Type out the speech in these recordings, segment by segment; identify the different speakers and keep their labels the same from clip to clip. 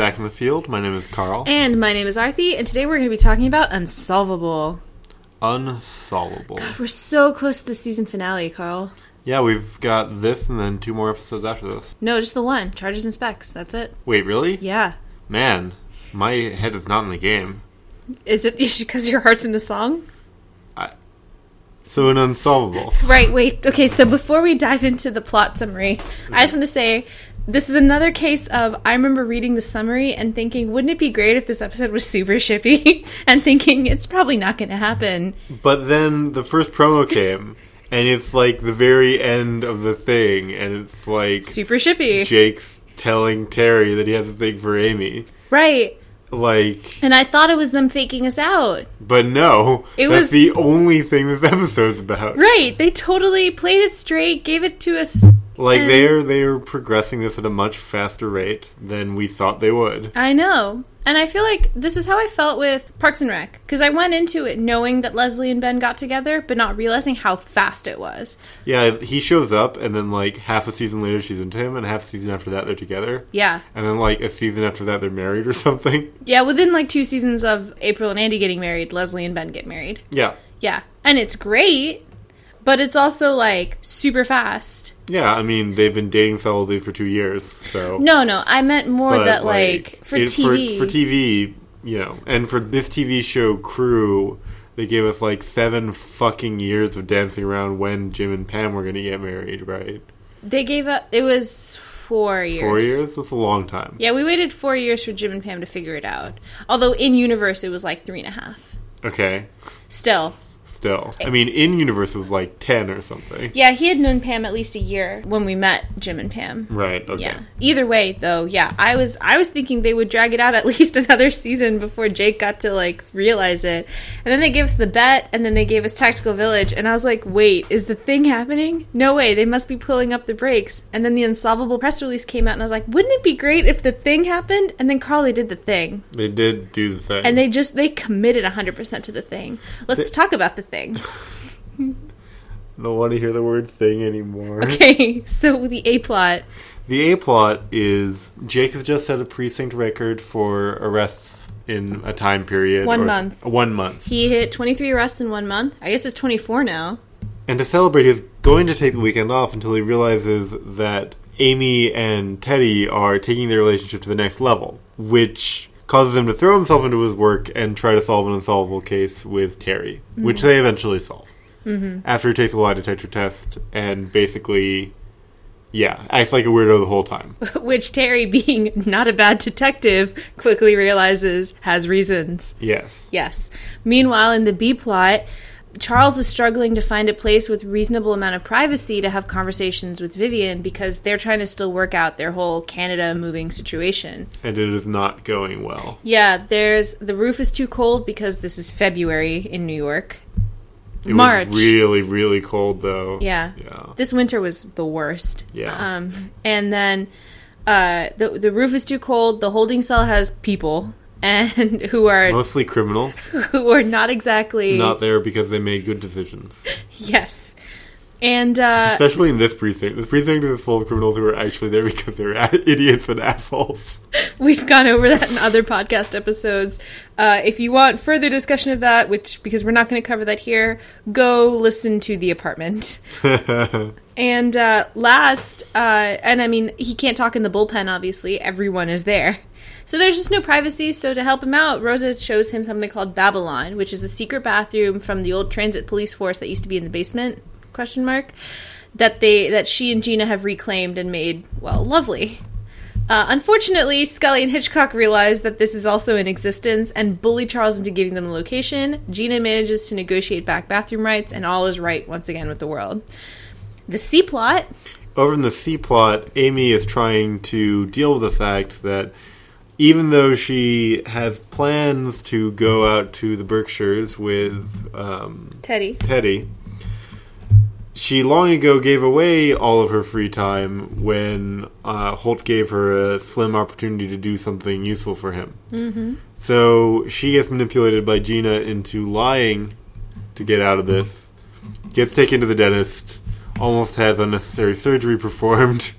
Speaker 1: Back in the Field. My name is Carl.
Speaker 2: And my name is Arthi, and today we're going to be talking about Unsolvable.
Speaker 1: Unsolvable.
Speaker 2: We're so close to the season finale, Carl.
Speaker 1: Yeah, we've got this and then two more episodes after this.
Speaker 2: No, just the one. Charges and specs. That's it.
Speaker 1: Wait, really?
Speaker 2: Yeah.
Speaker 1: Man, my head is not in the game.
Speaker 2: Is it because your heart's in the song?
Speaker 1: So an unsolvable.
Speaker 2: Right, wait. Okay, so before we dive into the plot summary, I just want to say this is another case of I remember reading the summary and thinking, wouldn't it be great if this episode was super shippy? and thinking, it's probably not going to happen.
Speaker 1: But then the first promo came, and it's like the very end of the thing, and it's like
Speaker 2: Super shippy.
Speaker 1: Jake's telling Terry that he has a thing for Amy.
Speaker 2: right.
Speaker 1: Like,
Speaker 2: And I thought it was them faking us out.
Speaker 1: but no,
Speaker 2: It
Speaker 1: that's
Speaker 2: was-
Speaker 1: the only thing this episode's about.
Speaker 2: Right. They totally played it straight, gave it to us.
Speaker 1: Like
Speaker 2: And-
Speaker 1: they're they're progressing this at a much faster rate than we thought they would.
Speaker 2: I know. And I feel like this is how I felt with Parks and Rec. Because I went into it knowing that Leslie and Ben got together, but not realizing how fast it was.
Speaker 1: Yeah, he shows up, and then like half a season later, she's into him, and half a season after that, they're together.
Speaker 2: Yeah.
Speaker 1: And then like a season after that, they're married or something.
Speaker 2: Yeah, within like two seasons of April and Andy getting married, Leslie and Ben get married.
Speaker 1: Yeah,
Speaker 2: Yeah. And it's great, but it's also like super fast.
Speaker 1: yeah. I mean, they've been dating solidly for two years, so
Speaker 2: No, no, I meant more
Speaker 1: but,
Speaker 2: that like, for
Speaker 1: it-
Speaker 2: TV.
Speaker 1: for, TV, you know, and for this TV show crew, they gave us like seven fucking years of dancing around when Jim and Pam were going to get married. Right,
Speaker 2: They gave up, it was four years.
Speaker 1: four years. That's a long time.
Speaker 2: Yeah, we waited four years for Jim and Pam to figure it out. Although in universe, it was like three and a half.
Speaker 1: Okay.
Speaker 2: Still.
Speaker 1: Still, I mean, in universe it was like ten or something.
Speaker 2: Yeah, he had known Pam at least a year when we met Jim and Pam.
Speaker 1: Right. Okay.
Speaker 2: Yeah. Either way, though, yeah, I was I was thinking they would drag it out at least another season before Jake got to like realize it. And then they gave us the bet, and then they gave us Tactical Village, and I was like, wait, is the thing happening? No way, they must be pulling up the brakes. And then the Unsolvable press release came out, and I was like, wouldn't it be great if the thing happened? And then Carly did the thing,
Speaker 1: They did do the thing.
Speaker 2: and they just they committed hundred percent to the thing. Let's talk about the thing.
Speaker 1: don't want to hear the word thing anymore.
Speaker 2: Okay, so the A plot.
Speaker 1: The A plot is Jake has just set a precinct record for arrests in a time period.
Speaker 2: One
Speaker 1: or-
Speaker 2: month.
Speaker 1: One month.
Speaker 2: He hit 23 arrests in one month. I guess it's 24 now.
Speaker 1: And to celebrate, he's going to take the weekend off until he realizes that Amy and Teddy are taking their relationship to the next level, which causes him to throw himself into his work and try to solve an unsolvable case with Terry, which they eventually solve. Mm-hmm. After he takes a lie detector test and basically, yeah, acts like a weirdo the whole time.
Speaker 2: Which Terry, being not a bad detective, quickly realizes has reasons.
Speaker 1: yes.
Speaker 2: Yes. Meanwhile, in the B plot, Charles is struggling to find a place with reasonable amount of privacy to have conversations with Vivian because they're trying to still work out their whole Canada moving situation.
Speaker 1: and it is not going well.
Speaker 2: Yeah, there's the roof is too cold because this is February in New York.
Speaker 1: It
Speaker 2: March.
Speaker 1: was really, really cold though.
Speaker 2: Yeah.
Speaker 1: Yeah.
Speaker 2: This winter was the worst.
Speaker 1: Yeah.
Speaker 2: Um, and then uh, the the roof is too cold. The holding cell has people and who are
Speaker 1: Mostly criminals.
Speaker 2: who are not exactly
Speaker 1: Not there because they made good decisions.
Speaker 2: yes. And uh,
Speaker 1: Especially in this precinct. This precinct is full of criminals who are actually there because they're a- idiots and assholes.
Speaker 2: we've gone over that in other podcast episodes. Uh, if you want further discussion of that, which because we're not going to cover that here, go listen to the apartment. and uh, last, uh, and I mean, he can't talk in the bullpen. Obviously, everyone is there. So there's just no privacy. So to help him out, Rosa shows him something called Babylon, which is a secret bathroom from the old transit police force that used to be in the basement. Question mark. That they that she and Gina have reclaimed and made well lovely. Uh, unfortunately, Scully and Hitchcock realize that this is also in existence and bully Charles into giving them the location. Gina manages to negotiate back bathroom rights, and all is right once again with the world. The C plot,
Speaker 1: Over in the C plot, Amy is trying to deal with the fact that even though she has plans to go out to the Berkshires with um,
Speaker 2: Teddy.
Speaker 1: Teddy. She long ago gave away all of her free time when uh, Holt gave her a slim opportunity to do something useful for him. Mm-hmm. So she gets manipulated by Gina into lying to get out of this. Gets taken to the dentist, almost has unnecessary surgery performed,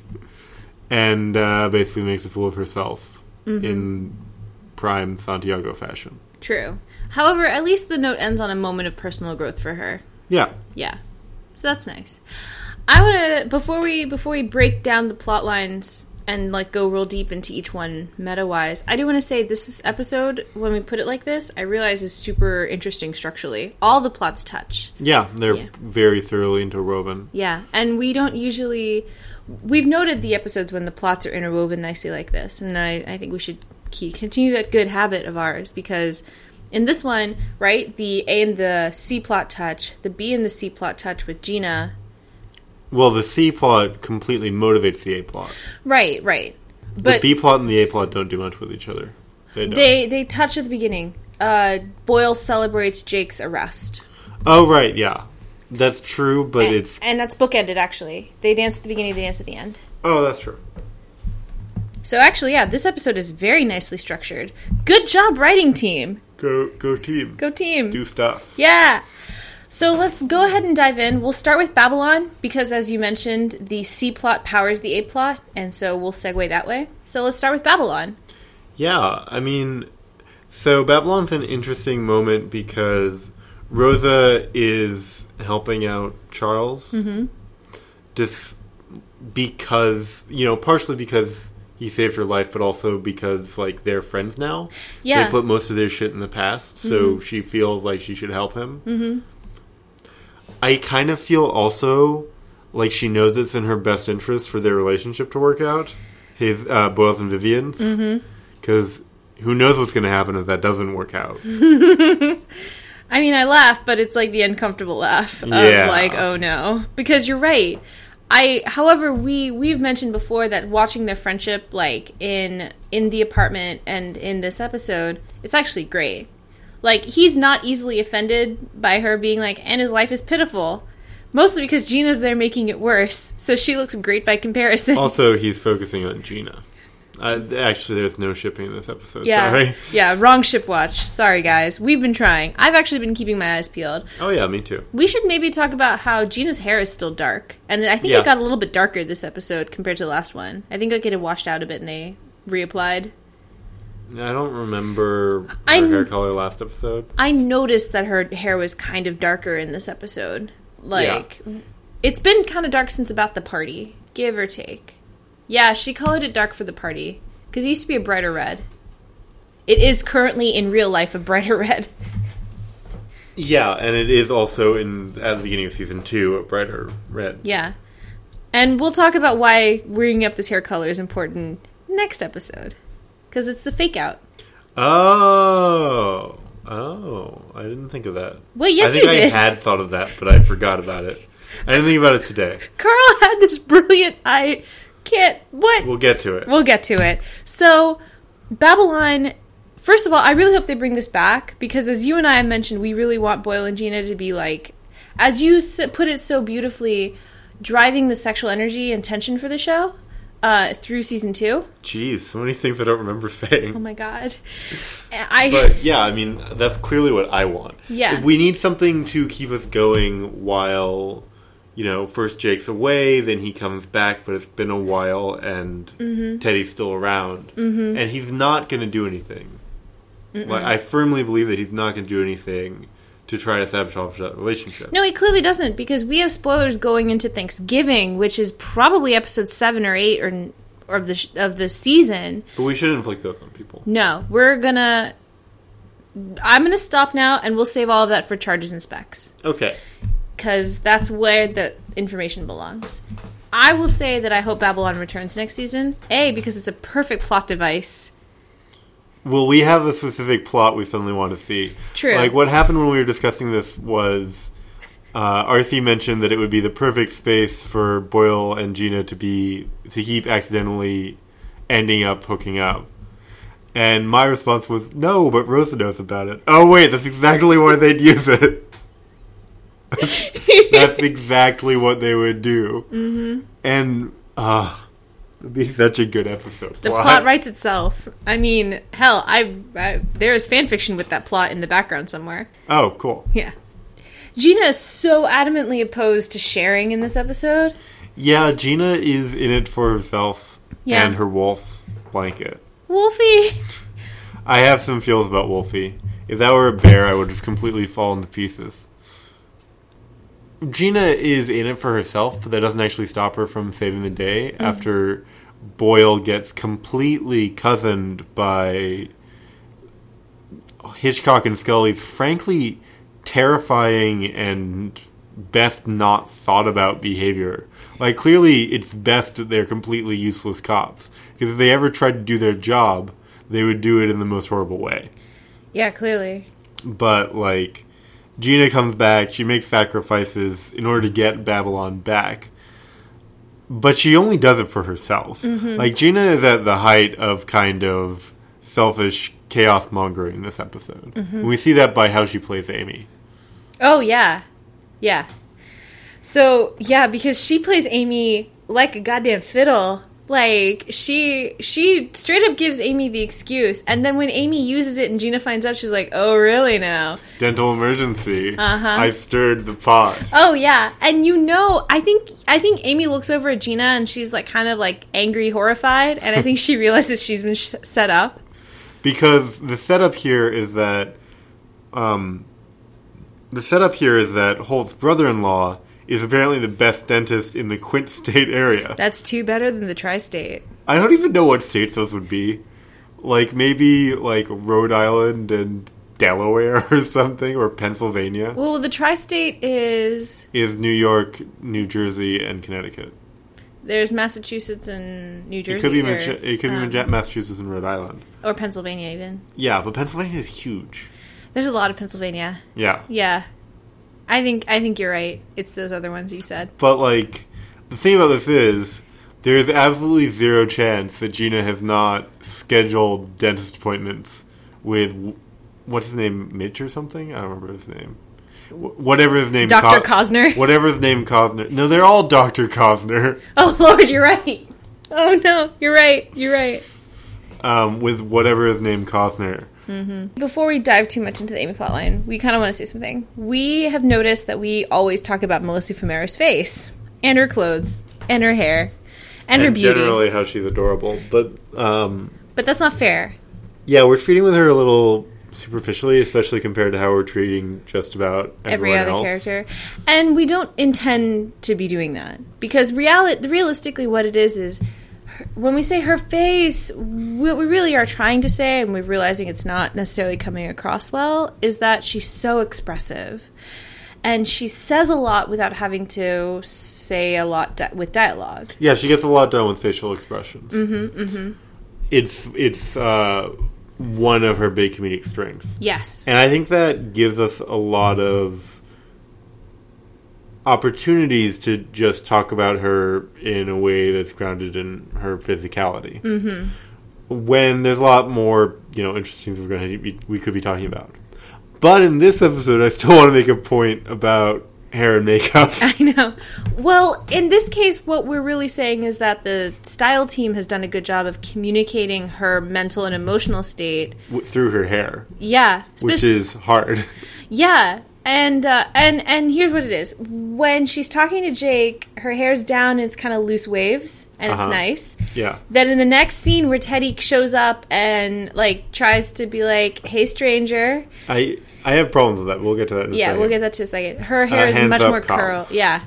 Speaker 1: and uh, basically makes a fool of herself. in prime Santiago fashion.
Speaker 2: True. However, at least the note ends on a moment of personal growth for her.
Speaker 1: Yeah.
Speaker 2: Yeah. So that's nice. I want to before we before we break down the plot lines and like go real deep into each one meta wise. I do want to say this is episode when we put it like this, I realize is super interesting structurally. All the plots touch.
Speaker 1: Yeah, they're
Speaker 2: Yeah.
Speaker 1: very thoroughly interwoven.
Speaker 2: Yeah, and we don't usually we've noted the episodes when the plots are interwoven nicely like this, and I, I think we should keep, continue that good habit of ours because in this one, right, the A and the C plot touch, the B and the C plot touch with Gina.
Speaker 1: Well, the C plot completely motivates the A plot.
Speaker 2: Right, right. But
Speaker 1: the B plot and the A plot don't do much with each other. They don't.
Speaker 2: they they touch at the beginning. Uh, Boyle celebrates Jake's arrest.
Speaker 1: oh, right, yeah. That's true, but it's.
Speaker 2: and that's bookended actually. They dance at the beginning, they dance at the end.
Speaker 1: Oh, that's true.
Speaker 2: So actually, yeah, this episode is very nicely structured. Good job writing team.
Speaker 1: Go, go team.
Speaker 2: Go team.
Speaker 1: Do stuff.
Speaker 2: Yeah. So let's go ahead and dive in. We'll start with Babylon because, as you mentioned, the C plot powers the A plot, and so we'll segue that way. So let's start with Babylon.
Speaker 1: Yeah, I mean, so Babylon's an interesting moment because Rosa is helping out Charles, just because you know, partially because he saved her life, but also because like they're friends now.
Speaker 2: Yeah.
Speaker 1: they put most of their shit in the past, so she feels like she should help him. Mm-hmm. I kind of feel also like she knows it's in her best interest for their relationship to work out. His uh, Boyle's and Vivian's because who knows what's going to happen if that doesn't work out?
Speaker 2: I mean, I laugh, but it's like the uncomfortable laugh of
Speaker 1: Yeah.
Speaker 2: like, oh no, because you're right. I, however, we we've mentioned before that watching their friendship, like in in the apartment and in this episode, it's actually great. Like he's not easily offended by her being like, and his life is pitiful, mostly because Gina's there making it worse, so she looks great by comparison.
Speaker 1: also, he's focusing on Gina. Uh, actually, there's no shipping in this episode.
Speaker 2: yeah,
Speaker 1: Sorry.
Speaker 2: yeah, wrong ship watch. Sorry, guys, we've been trying. I've actually been keeping my eyes peeled.
Speaker 1: Oh yeah, me too.
Speaker 2: We should maybe talk about how Gina's hair is still dark, and I think
Speaker 1: Yeah.
Speaker 2: it got a little bit darker this episode compared to the last one. I think like it had washed out a bit, and they reapplied.
Speaker 1: I don't remember her
Speaker 2: I'm-
Speaker 1: hair color last episode.
Speaker 2: I noticed that her hair was kind of darker in this episode. Like, it's been kind of dark since about the party, give or take. Yeah, she colored it dark for the party because it used to be a brighter red. It is currently in real life a brighter red.
Speaker 1: Yeah, and it is also in at the beginning of season two a brighter red.
Speaker 2: Yeah. And we'll talk about why ringing up this hair color is important next episode. Because it's the fake out.
Speaker 1: Oh, oh, I didn't think of that.
Speaker 2: Well, yes,
Speaker 1: I think
Speaker 2: you
Speaker 1: I
Speaker 2: did.
Speaker 1: had thought of that, but I forgot about it. I didn't think about it today.
Speaker 2: Carl had this brilliant I can't what
Speaker 1: We'll get to it.
Speaker 2: we'll get to it. So Babylon first of all, I really hope they bring this back because as you and I have mentioned, we really want Boyle and Gina to be like as you s- put it so beautifully, driving the sexual energy and tension for the show uh, through season 2.
Speaker 1: Jeez, so many things I don't remember saying.
Speaker 2: Oh my god. I
Speaker 1: but yeah, I mean, that's clearly what I want.
Speaker 2: Yeah.
Speaker 1: We need something to keep us going while, you know, first Jake's away, then he comes back, but it's been a while, and
Speaker 2: Mm-hmm.
Speaker 1: Teddy's still around. Mm-hmm. And he's not going to do anything. Like, I firmly believe that he's not going to do anything to try to sabotage that relationship.
Speaker 2: No, he clearly doesn't because we have spoilers going into Thanksgiving, which is probably episode seven or eight or, or of the sh- of the season.
Speaker 1: But we should inflict those on people.
Speaker 2: No, we're gonna. I'm gonna stop now, and we'll save all of that for charges and specs
Speaker 1: Okay.
Speaker 2: because that's where the information belongs. I will say that I hope Babylon returns next season. A because it's a perfect plot device.
Speaker 1: Well, we have a specific plot we suddenly want to see.
Speaker 2: True.
Speaker 1: Like what happened when we were discussing this was uh, Arthi mentioned that it would be the perfect space for Boyle and Gina to be to keep accidentally ending up hooking up. And my response was no, but Rosa knows about it. Oh wait, that's exactly why they'd use it. That's exactly what they would do. Mm-hmm. And uh, it'd be such a good episode.
Speaker 2: The plot writes itself. I mean, hell, I, I there is fan fiction with that plot in the background somewhere.
Speaker 1: Oh, cool.
Speaker 2: Yeah. Gina is so adamantly opposed to sharing in this episode.
Speaker 1: Yeah, Gina is in it for herself
Speaker 2: Yeah.
Speaker 1: and her wolf blanket.
Speaker 2: Wolfie.
Speaker 1: I have some feels about Wolfie. If that were a bear, I would have completely fallen to pieces. Gina is in it for herself, but that doesn't actually stop her from saving the day after Boyle gets completely cozened by Hitchcock and Scully's frankly terrifying and best not thought about behavior. Like, clearly, it's best that they're completely useless cops. Because if they ever tried to do their job, they would do it in the most horrible way.
Speaker 2: Yeah, clearly.
Speaker 1: But, like, Gina comes back, she makes sacrifices in order to get Babylon back. But she only does it for herself. Like, Gina is at the height of kind of selfish chaos mongering this episode. And we see that by how she plays Amy.
Speaker 2: Oh yeah, yeah. So yeah, because she plays Amy like a goddamn fiddle. Like she she straight up gives Amy the excuse, and then when Amy uses it and Gina finds out, she's like, "Oh really now?"
Speaker 1: Dental emergency. I stirred the pot.
Speaker 2: Oh yeah, and you know, I think I think Amy looks over at Gina and she's like kind of like angry, horrified, and I think she realizes she's been sh- set up.
Speaker 1: because the setup here is that um the setup here is that Holt's brother-in-law is apparently the best dentist in the Quint state area.
Speaker 2: That's two better than the tri-state.
Speaker 1: I don't even know what states those would be. Like maybe like Rhode Island and Delaware or something or Pennsylvania
Speaker 2: Well, the tri-state is
Speaker 1: is New York, New Jersey and Connecticut.
Speaker 2: there's Massachusetts and New Jersey.
Speaker 1: It could be
Speaker 2: or,
Speaker 1: Manche- it could be
Speaker 2: um,
Speaker 1: Manche- Massachusetts and Rhode Island.
Speaker 2: or Pennsylvania even.
Speaker 1: Yeah, but Pennsylvania is huge.
Speaker 2: There's a lot of Pennsylvania.
Speaker 1: Yeah.
Speaker 2: Yeah. I think I think you're right. It's those other ones you said.
Speaker 1: But like the thing about this is there is absolutely zero chance that Gina has not scheduled dentist appointments with what's his name, Mitch or something. I don't remember his name. Wh- Whatever his name,
Speaker 2: Dr. Cosner?
Speaker 1: Whatever his name, Cosner. No, they're all Doctor Cosner.
Speaker 2: Oh Lord, you're right. Oh no, you're right. You're right.
Speaker 1: Um, with whatever his name, Cosner.
Speaker 2: Before we dive too much into the Amy plotline, we kind of want to say something. We have noticed that we always talk about Melissa Fumara's face and her clothes and her hair and, her
Speaker 1: And
Speaker 2: beauty,
Speaker 1: generally, how she's adorable. But um,
Speaker 2: but that's not fair.
Speaker 1: yeah, we're treating with her a little superficially, especially compared to how we're treating just about
Speaker 2: every
Speaker 1: everyone
Speaker 2: other
Speaker 1: else.
Speaker 2: character and we don't intend to be doing that because reality realistically what it is is her- when we say her face what we really are trying to say and we're realizing it's not necessarily coming across well is that she's so expressive and she says a lot without having to say a lot di- with dialogue
Speaker 1: Yeah, she gets a lot done with facial expressions. Mm-hmm, mm-hmm. It's it's uh, one of her big comedic strengths,
Speaker 2: yes
Speaker 1: and I think that gives us a lot of opportunities to just talk about her in a way that's grounded in her physicality. Mm-hmm. When there's a lot more, you know, interesting things we're going to be, we could be talking about. But in this episode, I still want to make a point about hair and makeup.
Speaker 2: I know. Well, in this case, what we're really saying is that the style team has done a good job of communicating her mental and emotional state
Speaker 1: w- through her hair,
Speaker 2: Yeah,
Speaker 1: which
Speaker 2: spec-
Speaker 1: is hard.
Speaker 2: yeah, and uh, and and here's what it is: when she's talking to Jake, her hair's down and it's kind of loose waves, and
Speaker 1: Uh-huh.
Speaker 2: it's nice.
Speaker 1: yeah.
Speaker 2: Then in the next scene, where Teddy shows up and like tries to be like, "Hey, stranger,"
Speaker 1: I I have problems with that. We'll get to that in a
Speaker 2: yeah,
Speaker 1: second.
Speaker 2: we'll get that to a second. Her hair is
Speaker 1: hands
Speaker 2: much
Speaker 1: up,
Speaker 2: more
Speaker 1: cop.
Speaker 2: curl. Yeah,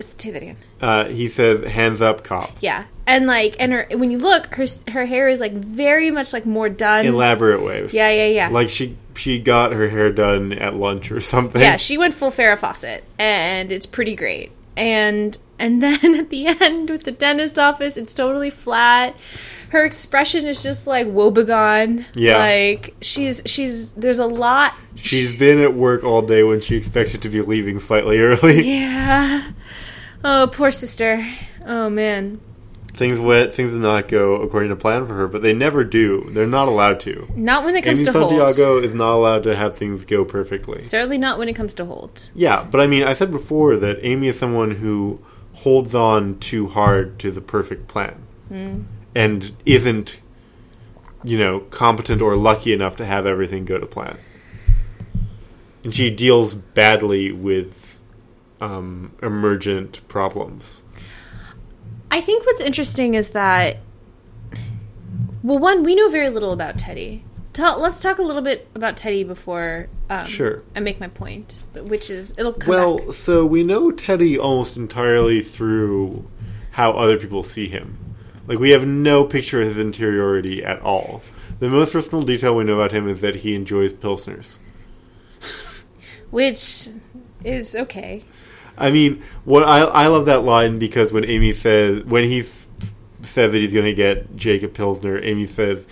Speaker 2: say that again.
Speaker 1: Uh, he says, "Hands up, cop."
Speaker 2: Yeah, and like, and her when you look, her s- her hair is like very much like more done.
Speaker 1: Elaborate waves.
Speaker 2: yeah, yeah, yeah.
Speaker 1: Like she she got her hair done at lunch or something.
Speaker 2: yeah, she went full Farrah Fawcett, and it's pretty great. And and then at the end with the dentist office, it's totally flat. Her expression is just like woebegone.
Speaker 1: Yeah.
Speaker 2: like she's she's there's a lot.
Speaker 1: She's been at work all day when she expected to be leaving slightly early.
Speaker 2: Yeah. Oh, poor sister. Oh man,
Speaker 1: things went things did not go according to plan for her, but they never do. They're not allowed to.
Speaker 2: not when it comes
Speaker 1: Amy
Speaker 2: to Holt.
Speaker 1: Santiago is not allowed to have things go perfectly.
Speaker 2: Certainly not when it comes to Holt.
Speaker 1: Yeah, but I mean, I said before that Amy is someone who holds on too hard to the perfect plan and isn't, you know, competent or lucky enough to have everything go to plan. And she deals badly with um, emergent problems.
Speaker 2: I think what's interesting is that Well, one, we know very little about Teddy. Tell, let's talk a little bit about Teddy before um,
Speaker 1: Sure.
Speaker 2: I make my point, but which is it'll come
Speaker 1: Well,
Speaker 2: back.
Speaker 1: so we know Teddy almost entirely through how other people see him. Like, we have no picture of his interiority at all. The most personal detail we know about him is that he enjoys Pilsners.
Speaker 2: which is okay.
Speaker 1: I mean, what I, I love that line because when Amy says, when he s- says that he's going to get Jake a Pilsner, Amy says,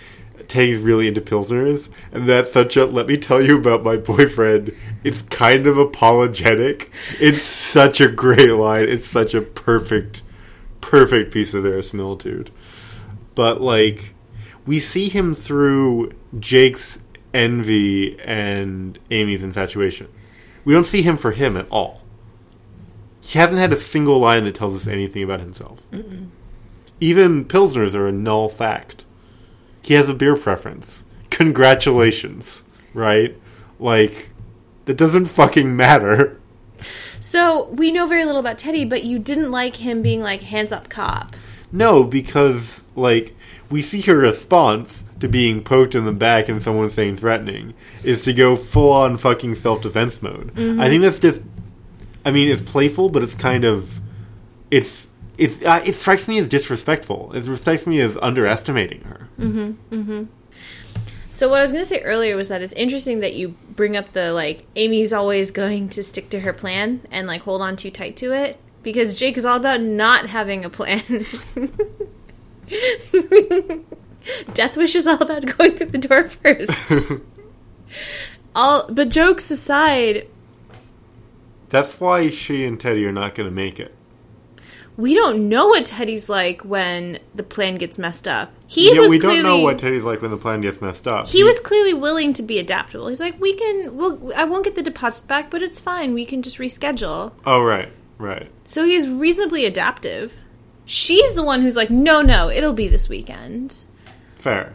Speaker 1: Teddy's really into Pilsners. And that's such a, let me tell you about my boyfriend. It's kind of apologetic. It's such a great line. It's such a perfect, perfect piece of their similitude. But, like, we see him through Jake's envy and Amy's infatuation. We don't see him for him at all. He hasn't had a single line that tells us anything about himself. Even Pilsners are a null fact. He has a beer preference. Congratulations, right? Like, that doesn't fucking matter.
Speaker 2: So we know very little about Teddy, but you didn't like him being like hands up cop.
Speaker 1: No, because, like, we see her response to being poked in the back and someone saying threatening is to go full on fucking self defense mode.
Speaker 2: Mm-hmm.
Speaker 1: I think that's just. I mean, it's playful, but it's kind of. It's. It's, uh, it strikes me as disrespectful. It strikes me as underestimating her.
Speaker 2: So what I was going to say earlier was that it's interesting that you bring up the like Amy's always going to stick to her plan and like hold on too tight to it because Jake is all about not having a plan. Death Wish is all about going through the door first. all but jokes aside,
Speaker 1: That's why she and Teddy are not going to make it.
Speaker 2: we don't know what Teddy's like when the plan gets messed up. He
Speaker 1: yeah,
Speaker 2: was
Speaker 1: we
Speaker 2: clearly,
Speaker 1: don't know what Teddy's like when the plan gets messed up.
Speaker 2: he was clearly willing to be adaptable. He's like, we can, we'll, I won't get the deposit back, but it's fine. We can just reschedule.
Speaker 1: Oh, right, right.
Speaker 2: So he's reasonably adaptive. She's the one who's like, no, no, it'll be this weekend.
Speaker 1: Fair.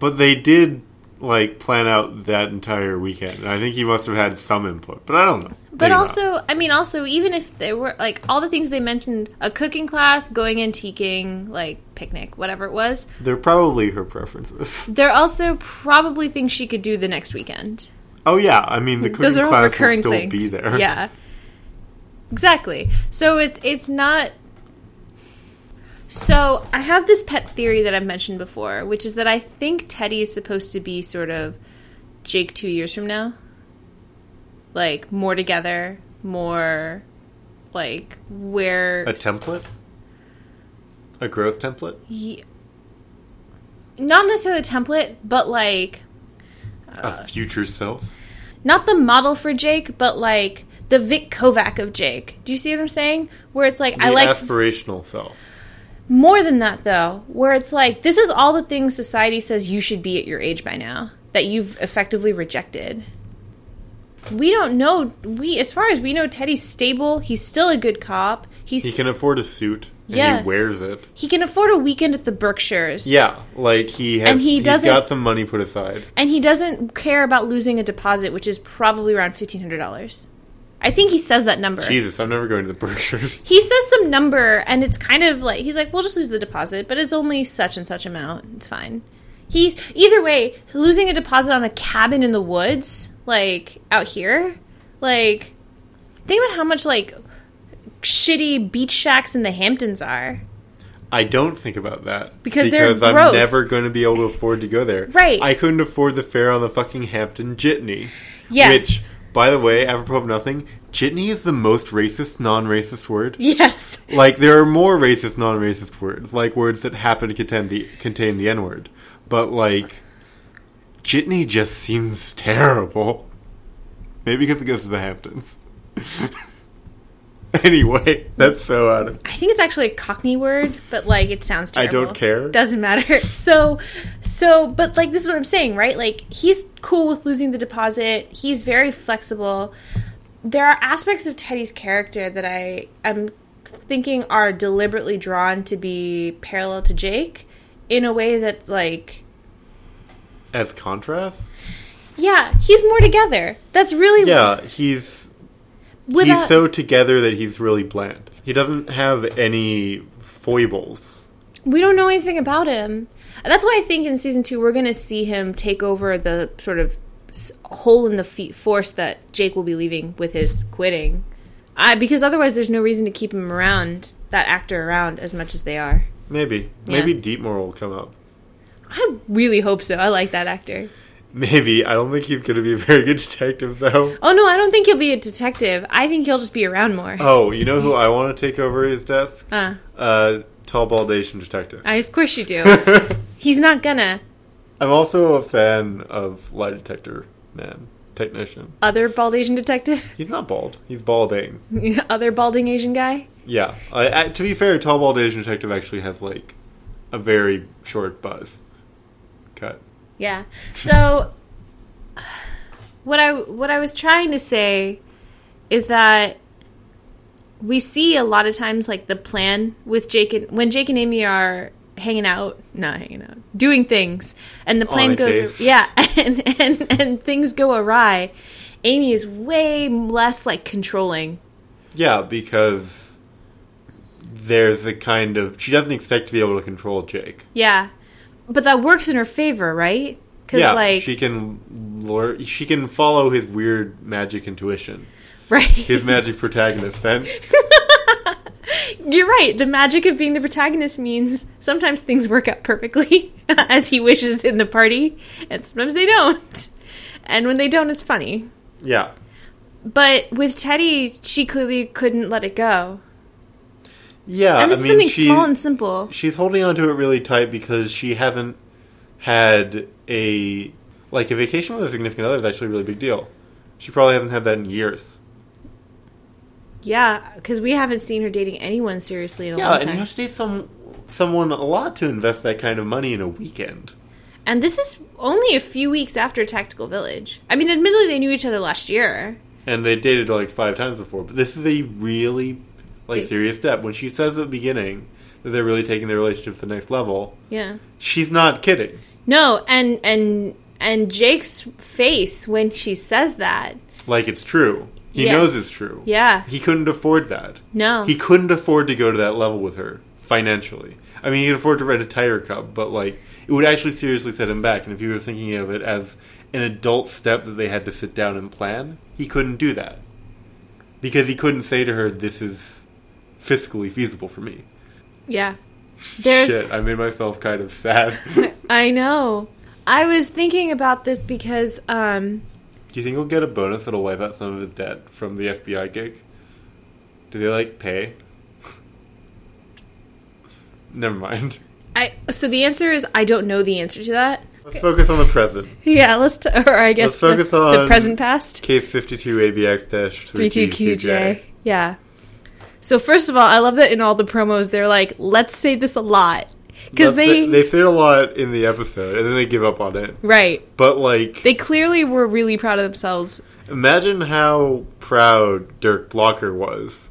Speaker 1: But they did like plan out that entire weekend. And I think he must have had some input, but I don't know.
Speaker 2: But
Speaker 1: Maybe
Speaker 2: also, I mean, also, even if they were like all the things they mentioned a cooking class, going antiquing, like picnic, whatever it was
Speaker 1: not. they're probably her preferences.
Speaker 2: they're also probably things she could do the next weekend.
Speaker 1: Oh yeah, I mean the cooking
Speaker 2: Those are all
Speaker 1: class
Speaker 2: recurring
Speaker 1: will still
Speaker 2: things.
Speaker 1: be there.
Speaker 2: Yeah. Exactly. So it's it's not So I have this pet theory that I've mentioned before, which is that I think Teddy is supposed to be sort of Jake 2 years from now. Like more together, more like where
Speaker 1: A template, a growth template.
Speaker 2: he, not necessarily a template, but like
Speaker 1: a future self.
Speaker 2: not the model for Jake, but like the Vic Kovac of Jake. Do you see what I'm saying? Where it's like I
Speaker 1: The
Speaker 2: like
Speaker 1: aspirational self.
Speaker 2: more than that though, where it's like this is all the things society says you should be at your age by now that you've effectively rejected. We don't know. We as far as we know, Teddy's stable. He's still a good cop. He's
Speaker 1: He can afford a suit and
Speaker 2: Yeah.
Speaker 1: he wears it.
Speaker 2: he can afford a weekend at the Berkshires.
Speaker 1: Yeah, like he has.
Speaker 2: And he
Speaker 1: he's
Speaker 2: doesn't-
Speaker 1: got some money put aside.
Speaker 2: and he doesn't care about losing a deposit, which is probably around fifteen hundred dollars. I think he says that number.
Speaker 1: Jesus, I'm never going to the Berkshires.
Speaker 2: he says some number and it's kind of like he's like we'll just lose the deposit but it's only such and such amount it's fine he's either way losing a deposit on a cabin in the woods like out here like think about how much like shitty beach shacks in the hamptons are
Speaker 1: I don't think about that
Speaker 2: Because they're
Speaker 1: I'm
Speaker 2: gross.
Speaker 1: never going to be able to afford to go there.
Speaker 2: Right.
Speaker 1: I couldn't afford the fare on the fucking Hampton Jitney.
Speaker 2: Yes.
Speaker 1: Which, by the way, apropos of nothing, Jitney is the most racist, non-racist word.
Speaker 2: yes
Speaker 1: Like there are more racist, non-racist words, like words that happen to contain the contain the N-word, but like Jitney just seems terrible. Maybe because it goes to the Hamptons. anyway, that's so out of
Speaker 2: I think it's actually a Cockney word, but like it sounds
Speaker 1: I
Speaker 2: terrible.
Speaker 1: don't care.
Speaker 2: Doesn't matter. So, so, but like this is what I'm saying, right? Like he's cool with losing the deposit. He's very flexible. There are aspects of Teddy's character that I am thinking are deliberately drawn to be parallel to Jake in a way that like
Speaker 1: as contrast.
Speaker 2: yeah, he's more together. That's really
Speaker 1: Yeah, he's
Speaker 2: without
Speaker 1: he's so together that he's really bland. He doesn't have any foibles.
Speaker 2: We don't know anything about him. That's why I think in season two we're going to see him take over the sort of s- hole in the feet force that Jake will be leaving with his quitting. I, because otherwise, there's no reason to keep him around that actor around as much as they are.
Speaker 1: Maybe.
Speaker 2: Yeah.
Speaker 1: Maybe Deepmore will come up.
Speaker 2: I really hope so. I like that actor.
Speaker 1: Maybe. I don't think he's going to be a very good detective, though.
Speaker 2: Oh no, I don't think he'll be a detective. I think he'll just be around more.
Speaker 1: Oh, you know who I want to take over his desk?
Speaker 2: Ah,
Speaker 1: Uh, tall, bald Asian detective.
Speaker 2: I, of course you do. He's not gonna.
Speaker 1: I'm also a fan of lie detector man, technician.
Speaker 2: Other bald Asian detective?
Speaker 1: He's not bald. He's balding.
Speaker 2: Other balding Asian guy?
Speaker 1: Yeah. I, I, to be fair, tall, bald Asian detective actually has, like, a very short buzz cut.
Speaker 2: Yeah. So what I what I was trying to say is that we see a lot of times like the plan with Jake and when Jake and Amy are hanging out, not hanging out, doing things, and the plan
Speaker 1: a
Speaker 2: goes
Speaker 1: case.
Speaker 2: yeah, and, and and things go awry. Amy is way less like controlling.
Speaker 1: Yeah, because there's a kind of. She doesn't expect to be able to control Jake.
Speaker 2: Yeah. But that works in her favor, right? Cuz
Speaker 1: Yeah,
Speaker 2: like
Speaker 1: she can lure, she can follow his weird magic intuition,
Speaker 2: right.
Speaker 1: his magic protagonist sense.
Speaker 2: You're right. The magic of being the protagonist means sometimes things work out perfectly as he wishes in the party, and sometimes they don't. And when they don't, it's funny.
Speaker 1: Yeah,
Speaker 2: But with Teddy, she clearly couldn't let it go.
Speaker 1: yeah.
Speaker 2: And this
Speaker 1: Uh, I
Speaker 2: is
Speaker 1: mean,
Speaker 2: something
Speaker 1: she,
Speaker 2: small and simple.
Speaker 1: she's holding on to it really tight because she hasn't had a like a vacation with a significant other is actually a really big deal. She probably hasn't had that in years.
Speaker 2: Yeah, because we haven't seen her dating anyone seriously in a
Speaker 1: Yeah,
Speaker 2: long
Speaker 1: and you
Speaker 2: time.
Speaker 1: have to date some someone a lot to invest that kind of money in a weekend.
Speaker 2: And this is only a few weeks after Tactical Village. I mean, admittedly, they knew each other last year.
Speaker 1: And they dated like five times before, but this is a really like
Speaker 2: Big-
Speaker 1: serious step. When she says at the beginning that they're really taking their relationship to the next level,
Speaker 2: Yeah.
Speaker 1: she's not kidding.
Speaker 2: No, and and and Jake's face when she says that.
Speaker 1: Like it's true. He
Speaker 2: Yeah.
Speaker 1: knows it's true.
Speaker 2: Yeah. Um.
Speaker 1: He couldn't afford that.
Speaker 2: No.
Speaker 1: He couldn't afford to go to that level with her financially. I mean, he could afford to rent a tire cup, but like it would actually seriously set him back. And if you were thinking of it as an adult step that they had to sit down and plan, he couldn't do that because he couldn't say to her, "This is fiscally feasible for me."
Speaker 2: Yeah. There's
Speaker 1: Shit, I made myself kind of sad.
Speaker 2: I know. I was thinking about this because um
Speaker 1: Do you think he'll get a bonus that'll wipe out some of his debt from the FBI gig? Do they like pay? Never mind.
Speaker 2: I so the answer is I don't know the answer to that.
Speaker 1: Let's focus on the present.
Speaker 2: Yeah, let's t- or I guess
Speaker 1: Let's focus
Speaker 2: the, the
Speaker 1: on-
Speaker 2: present past.
Speaker 1: Case 52 ABX
Speaker 2: 32QJ.
Speaker 1: 32QJ.
Speaker 2: Yeah. So first of all, I love that in all the promos they're like, let's say this a lot cuz
Speaker 1: That's-
Speaker 2: they,
Speaker 1: they say it a lot in the episode and then they give up on it.
Speaker 2: right.
Speaker 1: But like
Speaker 2: They clearly were really proud of themselves.
Speaker 1: imagine how proud Dirk Blocker was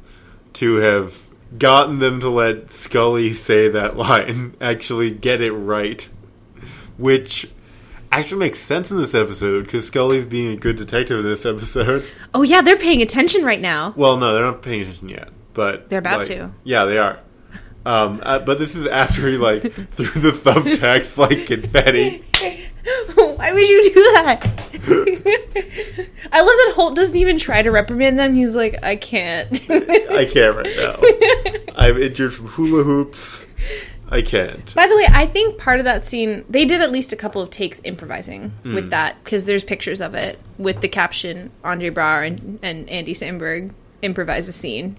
Speaker 1: to have gotten them to let Scully say that line, actually get it right. Which actually makes sense in this episode because Scully's being a good detective in this episode.
Speaker 2: Oh yeah, they're paying attention right now.
Speaker 1: Well, no, they're not paying attention yet, but
Speaker 2: They're about
Speaker 1: like,
Speaker 2: to.
Speaker 1: Yeah, they are. Um, uh, but this is after he like threw the thumbtacks like confetti.
Speaker 2: Why would you do that? I love that Holt doesn't even try to reprimand them. He's like, I can't.
Speaker 1: I can't right now. I'm injured from hula hoops. I can't.
Speaker 2: By the way, I think part of that scene, they did at least a couple of takes improvising
Speaker 1: Hmm.
Speaker 2: with that because there's pictures of it with the caption Andre Braugher and, and Andy Samberg improvise a scene.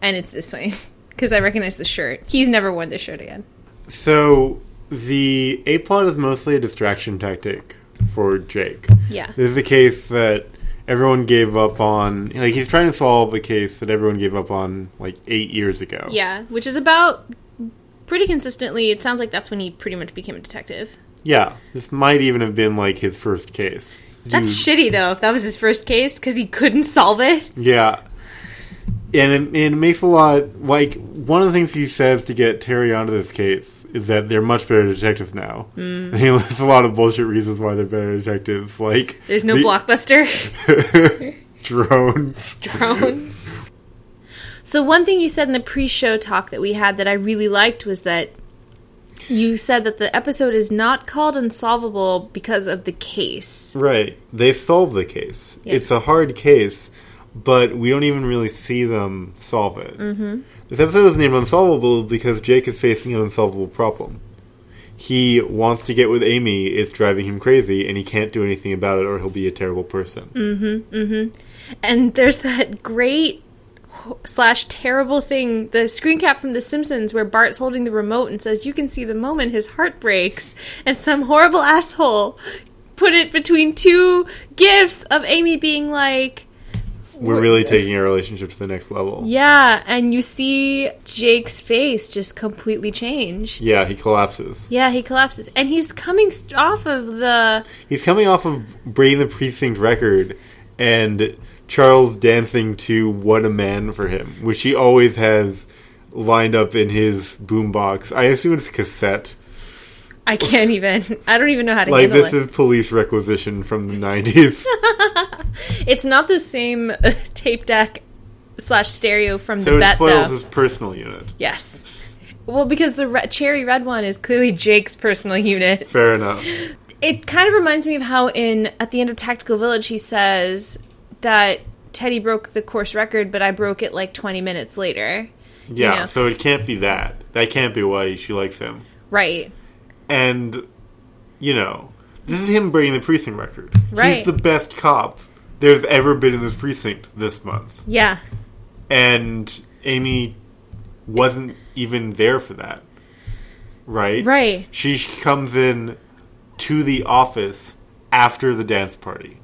Speaker 2: And it's this way because I recognize the shirt. He's never worn this shirt again.
Speaker 1: So the A plot is mostly a distraction tactic for Jake.
Speaker 2: Yeah.
Speaker 1: This is a case that everyone gave up on. Like, he's trying to solve a case that everyone gave up on, like, eight years ago.
Speaker 2: Yeah, which is about pretty consistently, it sounds like that's when he pretty much became a detective.
Speaker 1: Yeah. This might even have been, like, his first case.
Speaker 2: That's shitty though. If that was his first case, because he couldn't solve it.
Speaker 1: Yeah. And it, and it makes a lot. Like, one of the things he says to get Terry onto this case is that they're much better detectives now. Mm. And he lists a lot of bullshit reasons why they're better detectives. Like,
Speaker 2: There's no
Speaker 1: the-
Speaker 2: blockbuster
Speaker 1: drones.
Speaker 2: drones. So one thing you said in the pre-show talk that we had that I really liked was that You said that the episode is not called unsolvable because of the case.
Speaker 1: Right. They solve the case.
Speaker 2: Yeah.
Speaker 1: It's a hard case, but we don't even really see them solve it. Mm-hmm. This episode is named Unsolvable because Jake is facing an unsolvable problem. He wants to get with Amy, it's driving him crazy, and he can't do anything about it or he'll be a terrible person.
Speaker 2: Mm. And there's that great ho- slash terrible thing the screen cap from The Simpsons where Bart's holding the remote and says, You can see the moment his heart breaks. And some horrible asshole put it between two gifs of Amy being like,
Speaker 1: We're really taking our relationship to the next level.
Speaker 2: Yeah. And you see Jake's face just completely change.
Speaker 1: Yeah, he collapses.
Speaker 2: Yeah, he collapses. And he's coming st- off of the.
Speaker 1: He's coming off of Breaking the Precinct record and Charles dancing to What a Man for Him, which he always has lined up in his boombox. I assume it's cassette.
Speaker 2: I can't even. I don't even know how to
Speaker 1: Like,
Speaker 2: handle
Speaker 1: this
Speaker 2: it.
Speaker 1: is police requisition from the 90s.
Speaker 2: It's not the same uh, tape deck slash stereo from
Speaker 1: so
Speaker 2: the
Speaker 1: it
Speaker 2: bet
Speaker 1: spoils
Speaker 2: though.
Speaker 1: his personal unit.
Speaker 2: yes. Well, because the re- cherry red one is clearly Jake's personal unit.
Speaker 1: Fair enough.
Speaker 2: It kind of reminds me of how in at the end of Tactical Village he says that Teddy broke the course record, but I broke it like 20 minutes later.
Speaker 1: Yeah,
Speaker 2: know.
Speaker 1: so it can't be that. That can't be why she likes him.
Speaker 2: Right.
Speaker 1: And, you know, this is him breaking the precinct record.
Speaker 2: Right.
Speaker 1: He's the best cop there's ever been in this precinct this month.
Speaker 2: Yeah.
Speaker 1: and Amy wasn't even there for that. Right?
Speaker 2: Right.
Speaker 1: She sh- comes in to the office after the dance party.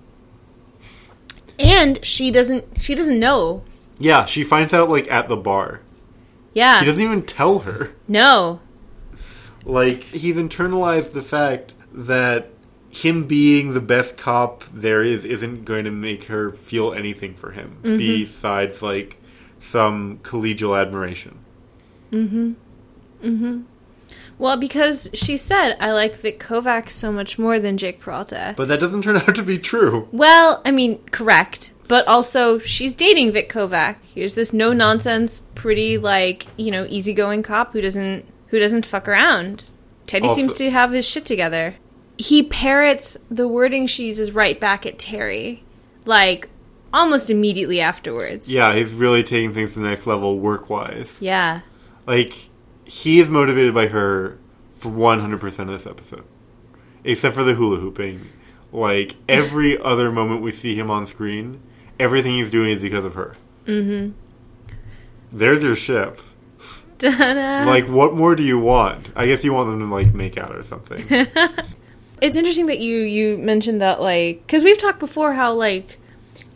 Speaker 2: And she doesn't she doesn't know.
Speaker 1: Yeah, she finds out like at the bar. He
Speaker 2: Yeah.
Speaker 1: doesn't even tell her.
Speaker 2: No.
Speaker 1: Like he's internalized the fact that him being the best cop there is isn't going to make her feel anything for him besides like some collegial admiration.
Speaker 2: Well, because she said I like Vic Kovac so much more than Jake Peralta.
Speaker 1: But that doesn't turn out to be true.
Speaker 2: Well, I mean, correct. But also, she's dating Vic Kovac. Here's this no nonsense, pretty like you know, easygoing cop who doesn't who doesn't fuck around. Teddy
Speaker 1: Also-
Speaker 2: seems to have his shit together. He parrots the wording she uses right back at Terry, like almost immediately afterwards.
Speaker 1: Yeah, he's really taking things to the next level work wise.
Speaker 2: Yeah.
Speaker 1: Like, he is motivated by her for 100% of this episode. Except for the hula hooping. Like, every other moment we see him on screen, everything he's doing is because of her. Mm hmm. There's your ship.
Speaker 2: Ta-da.
Speaker 1: Like, what more do you want? I guess you want them to, like, make out or something.
Speaker 2: it's interesting that you you mentioned that like because we've talked before how like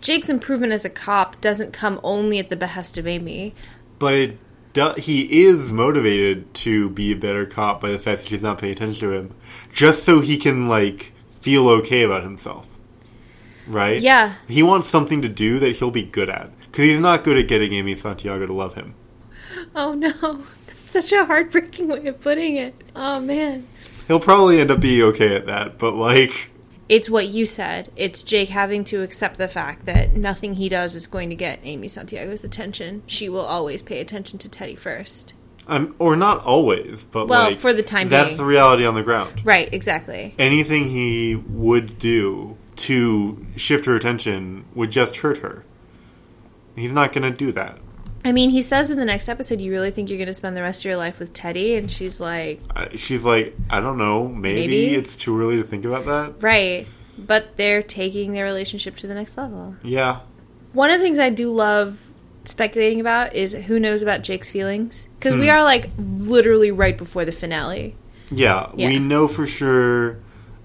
Speaker 2: Jake's improvement as a cop doesn't come only at the behest of Amy.
Speaker 1: but it do- he is motivated to be a better cop by the fact that she's not paying attention to him, just so he can like feel okay about himself, right?
Speaker 2: Yeah.
Speaker 1: he wants something to do that he'll be good at because he's not good at getting Amy Santiago to love him.
Speaker 2: Oh no, that's such a heartbreaking way of putting it. Oh man.
Speaker 1: He'll probably end up being okay at that, but like,
Speaker 2: It's what you said. It's Jake having to accept the fact that nothing he does is going to get Amy Santiago's attention. She will always pay attention to Teddy first.
Speaker 1: I'm or not always, but
Speaker 2: Well,
Speaker 1: like,
Speaker 2: for the time
Speaker 1: that's
Speaker 2: being.
Speaker 1: the reality on the ground.
Speaker 2: Right, exactly.
Speaker 1: Anything he would do to shift her attention would just hurt her. He's not going to do that.
Speaker 2: I mean, he says in the next episode, You really think you're going to spend the rest of your life with Teddy? And she's like,
Speaker 1: Uh, she's like, I don't know, maybe,
Speaker 2: Maybe?
Speaker 1: it's too early to think about that.
Speaker 2: Right. But they're taking their relationship to the next level.
Speaker 1: Yeah,
Speaker 2: One of the things I do love speculating about is who knows about Jake's feelings? Because we are like literally right before the finale.
Speaker 1: yeah.
Speaker 2: Yeah.
Speaker 1: We know for sure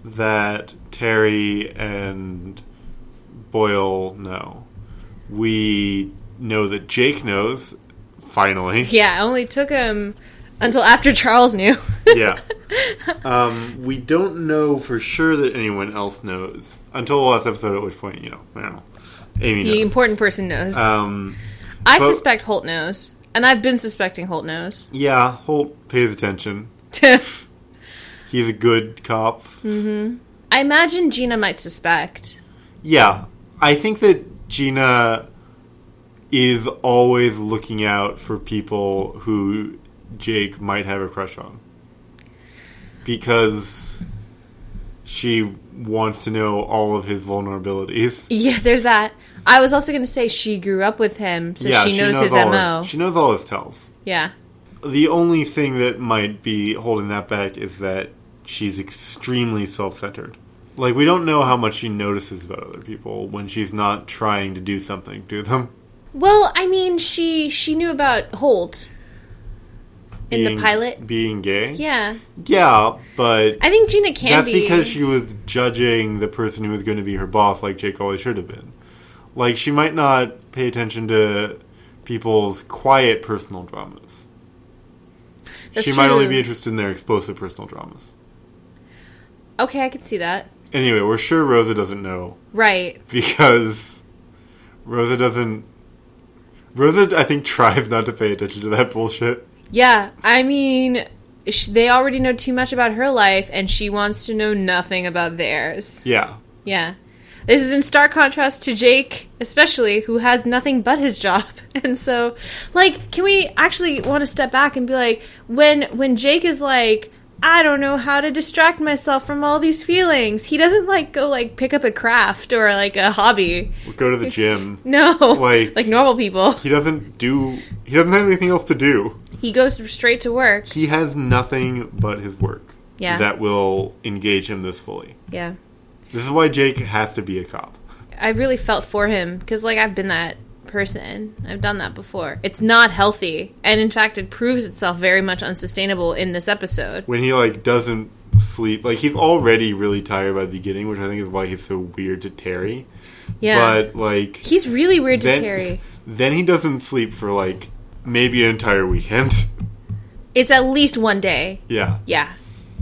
Speaker 1: that Terry and Boyle know. We know that Jake knows. Finally,
Speaker 2: Yeah, it only took him until after Charles knew.
Speaker 1: yeah. Um, we don't know for sure that anyone else knows until the last episode. At which point, you know, well, Amy
Speaker 2: the
Speaker 1: knows.
Speaker 2: important person knows.
Speaker 1: Um,
Speaker 2: I
Speaker 1: but-
Speaker 2: suspect Holt knows. And I've been suspecting Holt knows.
Speaker 1: yeah, Holt pays attention.
Speaker 2: I
Speaker 1: He's a good cop.
Speaker 2: imagine Gina might suspect.
Speaker 1: Yeah, I think that Gina is always looking out for people who Jake might have a crush on. because she wants to know all of his vulnerabilities.
Speaker 2: Yeah, there's that. I was also going to say she grew up with him, so she knows, his
Speaker 1: all
Speaker 2: MO.
Speaker 1: His, she knows all his tells.
Speaker 2: yeah.
Speaker 1: The only thing that might be holding that back is that she's extremely self-centered. Like we don't know how much she notices about other people when she's not trying to do something to them.
Speaker 2: Well, I mean, she she knew about Holt in
Speaker 1: Being-
Speaker 2: the pilot.
Speaker 1: being gay.
Speaker 2: Yeah.
Speaker 1: Yeah, but
Speaker 2: I think Gina can
Speaker 1: that's
Speaker 2: be.
Speaker 1: because she was judging the person who was going to be her boss, like Jake always should have been. Like she might not pay attention to people's quiet personal dramas.
Speaker 2: That's
Speaker 1: she might only
Speaker 2: true.
Speaker 1: be interested in their explosive personal dramas.
Speaker 2: okay, I can see that.
Speaker 1: Anyway, we're sure Rosa doesn't know
Speaker 2: Right.
Speaker 1: because Rosa doesn't. Rosa, I think, tries not to pay attention to that bullshit.
Speaker 2: Yeah. I mean, sh- they already know too much about her life, and she wants to know nothing about theirs.
Speaker 1: Yeah,
Speaker 2: Yeah. This is in stark contrast to Jake, especially, who has nothing but his job. And so, like, can we actually want to step back and be like, when when Jake is like, I don't know how to distract myself from all these feelings. He doesn't like go like pick up a craft or like a hobby.
Speaker 1: we'll go to the gym.
Speaker 2: No.
Speaker 1: Like-
Speaker 2: like normal people.
Speaker 1: He doesn't do. He doesn't have anything else to do.
Speaker 2: He goes straight to work.
Speaker 1: He has nothing but his work.
Speaker 2: Yeah.
Speaker 1: That will engage him this fully.
Speaker 2: Yeah.
Speaker 1: This is why Jake has to be a cop.
Speaker 2: I really felt for him because, like, I've been that person. I've done that before. It's not healthy, and in fact, it proves itself very much unsustainable in this episode.
Speaker 1: When he like doesn't sleep, like he's already really tired by the beginning, which I think is why he's so weird to Terry.
Speaker 2: Yeah,
Speaker 1: But like
Speaker 2: he's really weird to
Speaker 1: then,
Speaker 2: Terry.
Speaker 1: then he doesn't sleep for like maybe an entire weekend.
Speaker 2: It's at least one day.
Speaker 1: yeah.
Speaker 2: Yeah,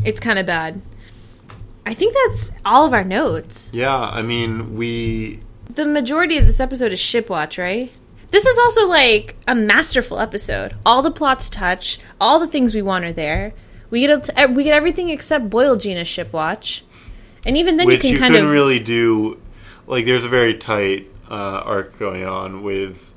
Speaker 2: it's kind of bad. I think that's all of our notes.
Speaker 1: Yeah, I mean, we
Speaker 2: The majority of this episode is shipwatch, right? This is also like a masterful episode. All the plots touch. All the things we want are there. We get a, e, we get everything except Boyle Gina shipwatch, and even then
Speaker 1: which
Speaker 2: you
Speaker 1: you,
Speaker 2: can kind
Speaker 1: couldn't
Speaker 2: of
Speaker 1: really do. Like, there's a very tight uh, arc going on with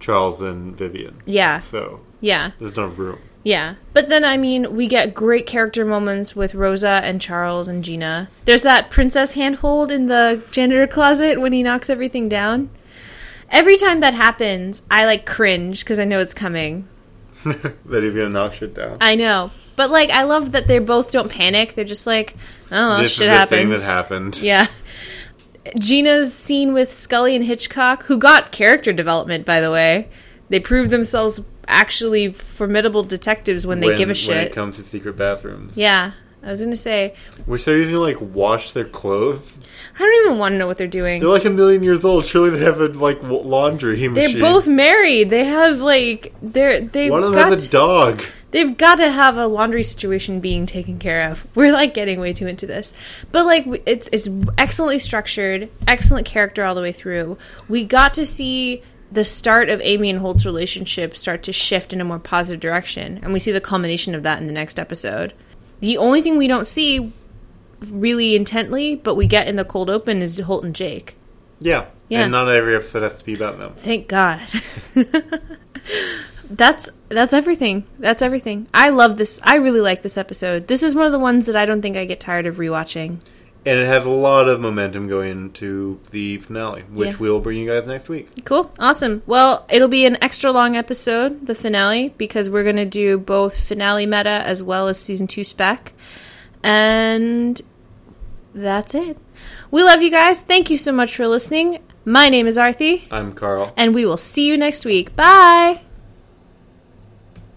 Speaker 1: Charles and Vivian.
Speaker 2: yeah
Speaker 1: So
Speaker 2: yeah
Speaker 1: there's no room.
Speaker 2: yeah. But then I mean we get great character moments with Rosa and Charles and Gina. There's that princess handhold in the janitor closet when he knocks everything down. Every time that happens, I like cringe because I know it's coming.
Speaker 1: that he's gonna knock shit down.
Speaker 2: I know. But like I love that they both don't panic. They're just like, oh,
Speaker 1: this
Speaker 2: shit
Speaker 1: is the
Speaker 2: happens.
Speaker 1: thing that happened.
Speaker 2: Yeah. Gina's scene with Scully and Hitchcock, who got character development by the way. They proved themselves actually formidable detectives when they
Speaker 1: when,
Speaker 2: give a
Speaker 1: when it
Speaker 2: shit.
Speaker 1: comes to secret bathrooms.
Speaker 2: yeah. I was going to say
Speaker 1: Which they're using to, like wash their clothes.
Speaker 2: I don't even want to know what they're doing.
Speaker 1: They're like a million years old. Surely they have a like w- laundry
Speaker 2: They're
Speaker 1: machine.
Speaker 2: both married. They have like they're they've
Speaker 1: One of them
Speaker 2: got
Speaker 1: has a dog.
Speaker 2: they've got to have a laundry situation being taken care of. We're like getting way too into this, but like w- it's it's excellently structured, excellent character all the way through. We got to see the start of Amy and Holt's relationship start to shift in a more positive direction, and we see the culmination of that in the next episode. The only thing we don't see really intently, but we get in the cold open, is Holt and Jake.
Speaker 1: Yeah.
Speaker 2: Yeah.
Speaker 1: And not every episode has to be about them.
Speaker 2: Thank God. that's that's everything. That's everything. I love this. I really like this episode. This is one of the ones that I don't think I get tired of rewatching.
Speaker 1: And it has a lot of momentum going into the finale, which
Speaker 2: Yeah.
Speaker 1: we'll bring you guys next week.
Speaker 2: Cool. Awesome. Well, it'll be an extra long episode, the finale, because we're going to do both finale meta as well as season 2 spec. And that's it. We love you guys. Thank you so much for listening. My name is Arthi,
Speaker 1: I'm Carl.
Speaker 2: and we will see you next week. Bye.